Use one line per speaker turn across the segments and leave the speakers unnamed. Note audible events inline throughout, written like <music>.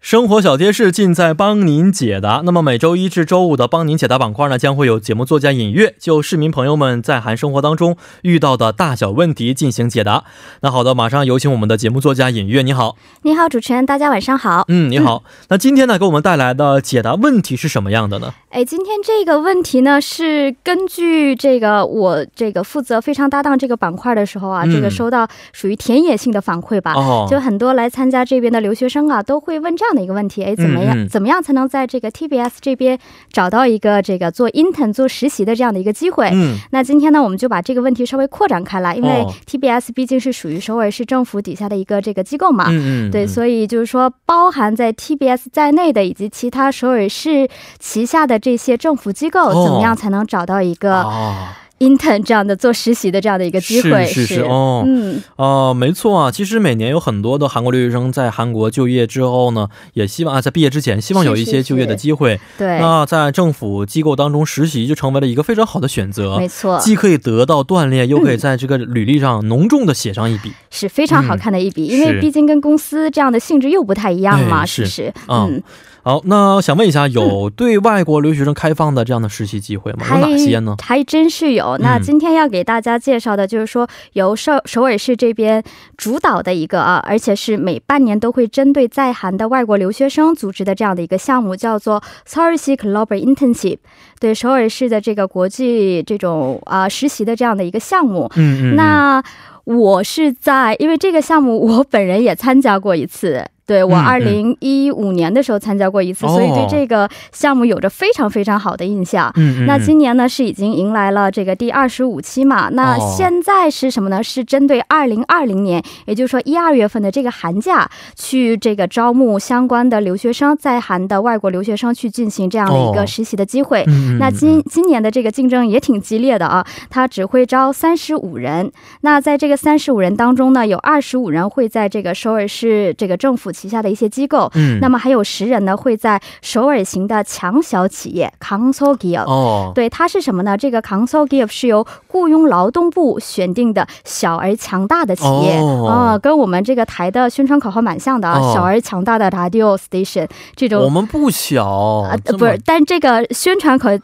生活小贴士尽在帮您解答。那么每周一至周五的帮您解答板块呢，将会有节目作家尹月就市民朋友们在韩生活当中遇到的大小问题进行解答。那好的，马上有请我们的节目作家尹月，你好。
你好，主持人，大家晚上好。
嗯，你好。那今天呢，给我们带来的解答问题是什么样的呢？
哎，今天这个问题呢，是根据这个我这个负责非常搭档这个板块的时候啊，
嗯
这个收到属于田野性的反馈吧。
哦，
啊就很多来参加这边的留学生啊，都会问这样的一个问题：哎，怎么样、
嗯嗯
怎么样才能在这个 TBS 这边找到一个这个做 intern 做实习的这样的一个机会？
嗯，
那今天呢，我们就把这个问题稍微扩展开来，因为
哦
TBS 毕竟是属于首尔市政府底下的一个这个机构嘛，
嗯嗯，
啊对，所以就是说，包含在 TBS 在内的以及其他首尔市旗下的这些政府机构，
哦
怎么样才能找到一
以
个
啊。
intern 这样的做实习的这样的一个机会？
是是是哦
嗯，
哦，没错啊。其实每年有很多的韩国留学生在韩国就业之后呢，也希望啊，在毕业之前希望有一
是
些
是
就业的
是
机会。
对，
那在政府机构当中实习就成为了一个非常好的选择
没，错，嗯
既可以得到锻炼，又可以在这个履历上浓重的写上一笔。
是非常好看的一笔，
嗯
因
是
为毕竟跟公司这样的性质又不太一样嘛，
哎
是不是？
啊
嗯，
好，那想问一下，有对外国留学生开放的这样的实习机会吗？有
还
哪些呢？
还真是有。那
嗯
今天要给大家介绍的，就是说由首首尔市这边主导的一个啊，而且是每半年都会针对在韩的外国留学生组织的这样的一个项目，叫做 Sorsi Global Internship，对首尔市的这个国际这种啊、实习的这样的一个项目。
嗯嗯，
那我是在，因为这个项目我本人也参加过一次。对我
嗯
二零一五年的时候参加过一次、
哦
所以对这个项目有着非常非常好的印象。
嗯嗯，
那今年呢是已经迎来了这个第二十五期嘛？那
哦
现在是什么呢？是针对二零二零年，也就是说一二月份的这个寒假，去这个招募相关的留学生，在韩的外国留学生去进行这样的一
哦
个实习的机会。
嗯嗯嗯
那今今年的这个竞争也挺激烈的啊，它只会招三十五人。那在这个三十五人当中呢，有二十五人会在这个首尔市这个政府旗下的一些机构，
嗯，
那么还有十人呢会在首尔型的强小企业 c o n s o l g i o
哦，
对，它是什么呢？这个 Council Give 是由雇佣劳动部选定的小而强大的企业，
哦
呃，跟我们这个台的宣传口号蛮像的啊，
哦
小而强大的 Radio Station 这
我
种。
们不小
啊，，
这么
不是，但这个宣传口、
啊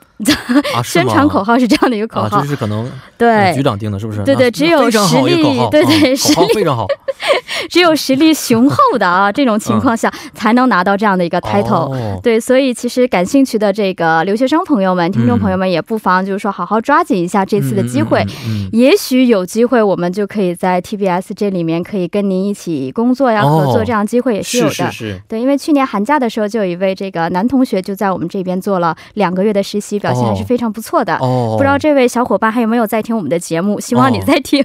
是
宣
吗
传口号是这样的一个口
啊，
号，
这是可能
对，
局长定的，是不是？
对
那
对只有
非常好
实
一个口
力
号
对对
啊
实
口号
力
非常好。
只有实力雄厚的啊这种情况下才能拿到这样的一个 title。
嗯哦
对，所以其实感兴趣的这个留学生朋友们、听众朋友们，也不妨就是说好好抓紧一下这次的机会，
嗯嗯嗯嗯
也许有机会，我们就可以在 TBS 这里面可以跟您一起工作呀、
哦
合作，这样机会也是有
是
的。
是是，
对，因为去年寒假的时候，就有一位这个男同学就在我们这边做了两个月的实习，表现还是非常不错的。
哦，
不知道这位小伙伴还有没有在听我们的节目？希望你在
<laughs>
听。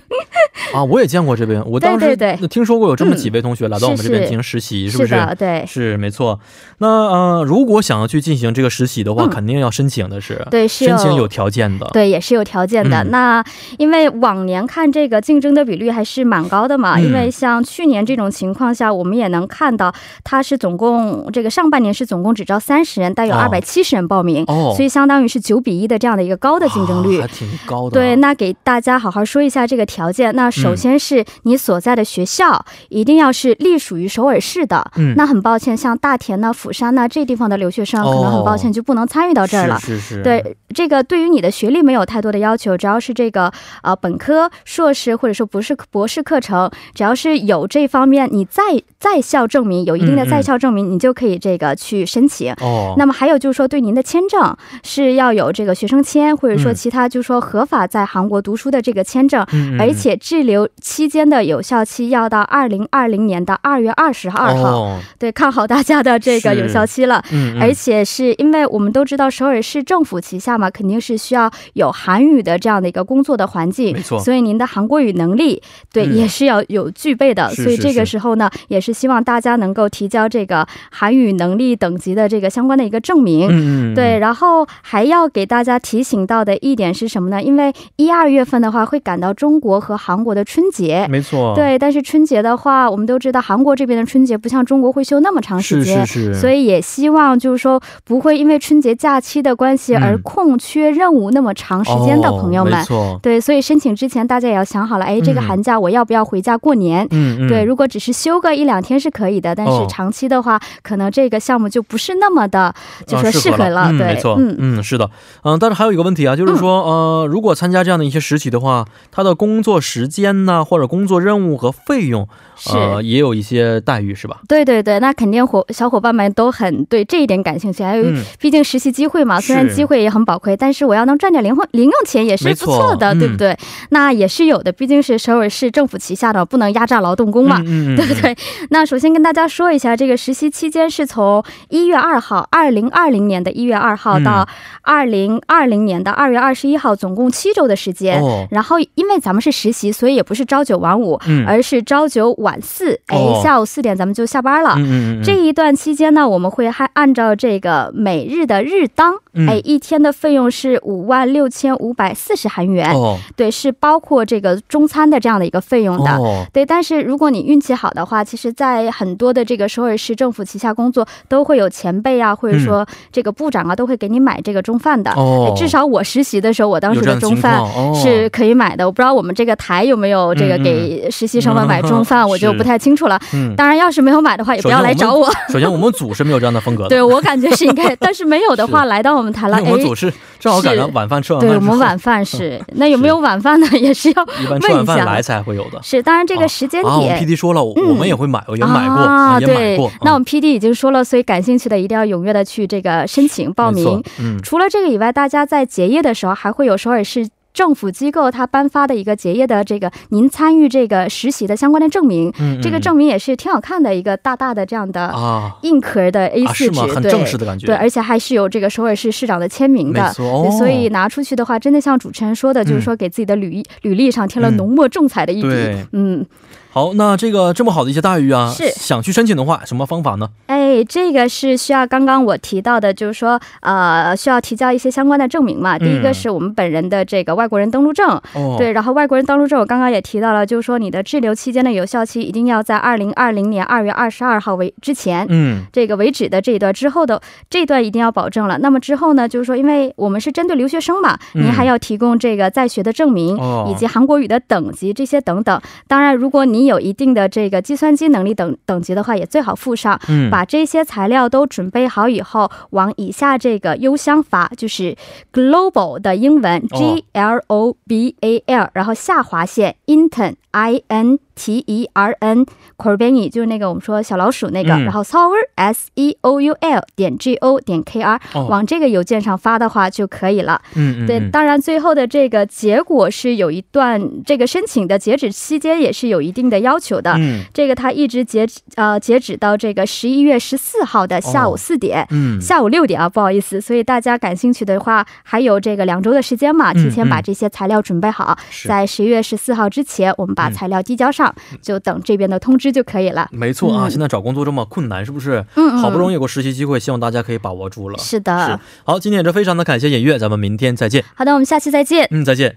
啊，我也见过这边，我当时
对对对嗯
听说过有这么几位同学来到我们这边
是
进
是
行实习，是不是？
的，对。
是没错，那呃，如果想要去进行这个实习的话，
嗯
肯定要申请的是，
对，是
申请有条件的，
对，也是有条件的、
嗯
那因为往年看这个竞争的比率还是蛮高的嘛、
嗯
因为像去年这种情况下，我们也能看到，它是总共这个上半年是总共只招三十人，但有
哦
二百七十人报名、
哦，
所以相当于是九比一的这样的一个高的竞争率。
啊还挺高的，
对，那给大家好好说一下这个条
嗯
件。那首先是你所在的学校、一定要是隶属于首尔市的。
嗯
那很抱歉，像大田呐、釜山呐这地方的留学生，可能很抱
哦
歉就不能参与到这儿了。
是是是，
对，这个对于你的学历没有太多的要求，只要是这个呃本科、硕士或者说博士博士课程，只要是有这方面你在在校证明有一
嗯
定的
嗯
在校证明，你就可以这个去申请。
哦，
那么还有就是说，对您的签证是要有这个学生签，或者说
嗯
其他就是说合法在韩国读书的这个签证，
嗯嗯
而且滞留期间的有效期要到二零二零年的二月二十二号。
哦
对，看好大家的这个有效期了。
嗯，嗯
而且是因为我们都知道首尔市政府旗下嘛，肯定是需要有韩语的这样的一个工作的环境，
没错
所以您的韩国语能力对、
嗯
也是要有具备的。
是
所以
是
这个
是
时候呢，也是希望大家能够提交这个韩语能力等级的这个相关的一个证明。
嗯嗯，嗯
对，，然后还要给大家提醒到的一点是什么呢？因为一二月份的话会赶到中国和韩国的春节，
没错，
对，但是春节的话，我们都知道韩国这边的春节不像中国会休那么长时
是
间，
是是，
所
以
以也希望就是说不会因为春节假期的关系而
嗯哦
空缺任务那么长时间的朋友们。
没错，
对，所以申请之前大家也要想好了，哎，这个
嗯
寒假我要不要回家过年？
嗯嗯，
对，如果只是休个一两天是可以的，但
哦
是长期的话，可能这个项目就不是那么的，就
啊
说
适
适
合
合了。
嗯、
对，
没错，
嗯。
嗯，是的，嗯、但是还有一个问题啊，就是说，呃，如果参加这样的一些实习的话，他的工作时间呐，或者工作任务和费用，呃，
是
也有一些待遇，是吧？
对对对，那肯定伙小伙伴们都很对这一点感兴趣。还有，
嗯
毕竟实习机会嘛，虽然
是
机会也很宝贵，但是我要能赚点零花零用钱也是
没
不
错
错的，
嗯
对不对？那也是有的，毕竟是首尔市政府旗下的，不能压榨劳动工嘛。
嗯嗯嗯，
对不对？那首先跟大家说一下，这个实习期间是从一月二号，二零二零年的一月二
嗯
号到二零二零年的二月二十一号，总共七周的时间。
哦，
然后，因为咱们是实习，所以也不是朝九晚五，
嗯，
而是朝九晚四。哎
哦，
下午四点咱们就下班了。
嗯嗯嗯，
这一段期间呢，我们会还按照这个每日的日当，
嗯
哎，一天的费用是五万六千五百四十韩元，
哦
对，是包括这个中餐的这样的一个费用的。
哦，
对，但是如果你运气好的话，其实，在很多的这个首尔市政府旗下工作，都会有前辈啊，或者说这个部长啊，都会给你买这个中饭的。
嗯哦
哎至少我实习的时候，我当时
有这样
的
的
中
情
饭
况哦
是可以买的。我不知道我们这个台有没有这个
嗯嗯
给实习生们买中饭，
嗯
我就是不太清楚了。
嗯，
当然，要是没有买的话，也不要来找我。
首先我们组是没有这样的风 <laughs> 格的，
对，我感觉是应该，但是没有的话，来到我们台了，
因为我们
哎
组。是正好赶上
是
晚饭吃完饭
对
之
我
后，
们晚饭是，
嗯
那有没有晚饭呢？也是要
一般吃完
问一
饭
下
来才会有的。
是，当然这
啊
个时间
啊，我们
点
PD 说了，我
嗯
我们也会买，我也买过，
啊，
也买过嗯
对。，那我们 PD 已经说了，所以感兴趣的一定要踊跃的去这个申请报
没错
名。，
嗯，
除了这个以外，大家在结业的时候还会有首尔市。政府机构它颁发的一个结业的这个您参与这个实习的相关的证明，
嗯嗯
这个证明也是挺好看的一个大大的这样的
啊
硬壳的 A
啊
4
是
纸、
吗？很正式的感觉，
对，对，而且还是有这个首尔市市长的签名
没
的。
错，哦、
所以拿出去的话，真的像主持人说的，就是说给自己的履履历上添了
嗯
浓墨重彩的一笔。
对
嗯，
好，那这个这么好的一些待遇啊，
是
想去申请的话，什么方法呢？
哎，这个是需要刚刚我提到的，就是说，呃，需要提交一些相关的证明嘛。第一个是我们本人的这个外国人登陆证，
嗯哦，
对，然后外国人登陆证我刚刚也提到了，就是说你的滞留期间的有效期一定要在二零二零年二月二十二号为之前。
嗯，
这个为止的这一段之后的这一段一定要保证了。那么之后呢，就是说，因为我们是针对留学生嘛，
嗯
您还要提供这个在学的证明，
哦
以及韩国语的等级这些等等。当然，如果你有一定的这个计算机能力等等级的话，也最好附上。
嗯，
把这些材料都准备好以后，往以下这个邮箱发，就是 global 的英文
哦
G L O B A L，、然后下划线 intern I N T E R N c o r b e n i 就是那个我们说小老鼠那个，
嗯
然后 sour S E O U L 点 G O 点 K R，、
哦
往这个邮件上发的话就可以了。
嗯嗯，
对，
嗯
当然最后的这个结果是有一段这个申请的截止期间也是有一定的要求的。
嗯
这个它一直截止呃截止到这个十一月十四号的下午
哦
四点。
嗯，
下午六点啊，不好意思，所以大家感兴趣的话，还有这个两周的时间嘛，
嗯
提前把
嗯
这些材料准备好，
是
在十一月十四号之前，我们把
嗯
材料递交上，就等这边的通知就可以了。
没错啊、
嗯
现在找工作这么困难，是不是？
嗯嗯
好不容易有个实习机会，希望大家可以把握住了。
是的
嗯是好，今天也是非常的感谢尹月，咱们明天再见。
好的，我们下期再见。
嗯，再见。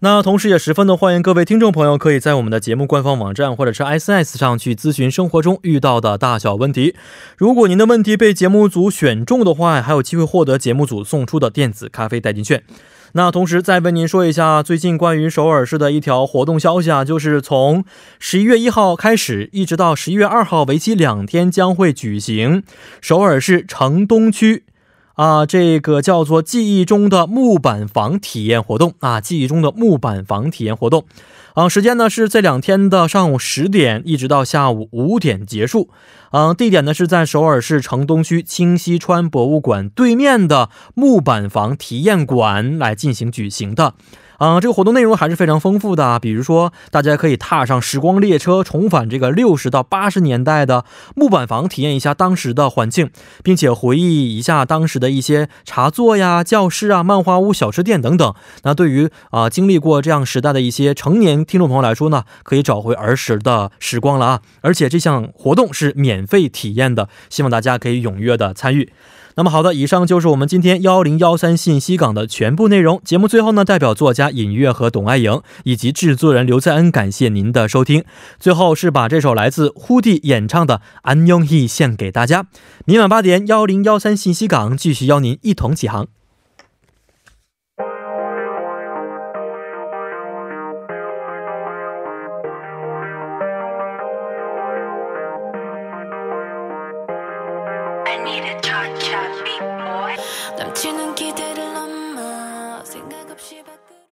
那同时也十分的欢迎各位听众朋友，可以在我们的节目官方网站或者是 S S 上去咨询生活中遇到的大小问题。如果您的问题被节目组选中的话，还有机会获得节目组送出的电子咖啡代金券。那同时再为您说一下最近关于首尔市的一条活动消息啊，就是从十一月一号开始，一直到十一月二号，为期两天将会举行首尔市城东区啊，这个叫做“记忆中的木板房体验活动”啊，“记忆中的木板房体验活动”啊，时间呢是这两天的上午十点一直到下午五点结束。嗯、地点呢是在首尔市城东区清溪川博物馆对面的木板房体验馆来进行举行的。啊、这个活动内容还是非常丰富的啊，比如说，大家可以踏上时光列车，重返这个六十到八十年代的木板房，体验一下当时的环境。并且回忆一下当时的一些茶座呀、教室啊、漫画屋、小吃店等等。那对于啊、经历过这样时代的一些成年听众朋友来说呢，可以找回儿时的时光了啊！而且这项活动是免费体验的，希望大家可以踊跃的参与。那么好的，以上就是我们今天幺零幺三信息港的全部内容。节目最后呢，代表作家尹月和董爱莹以及制作人刘在恩，感谢您的收听。最后是把这首来自呼地演唱的《安永义》献给大家。明晚八点幺零幺三信息港继续邀您一同起航。
I need a touch, a big boy.
넘치는 기대를 넘어 생각 없이 바-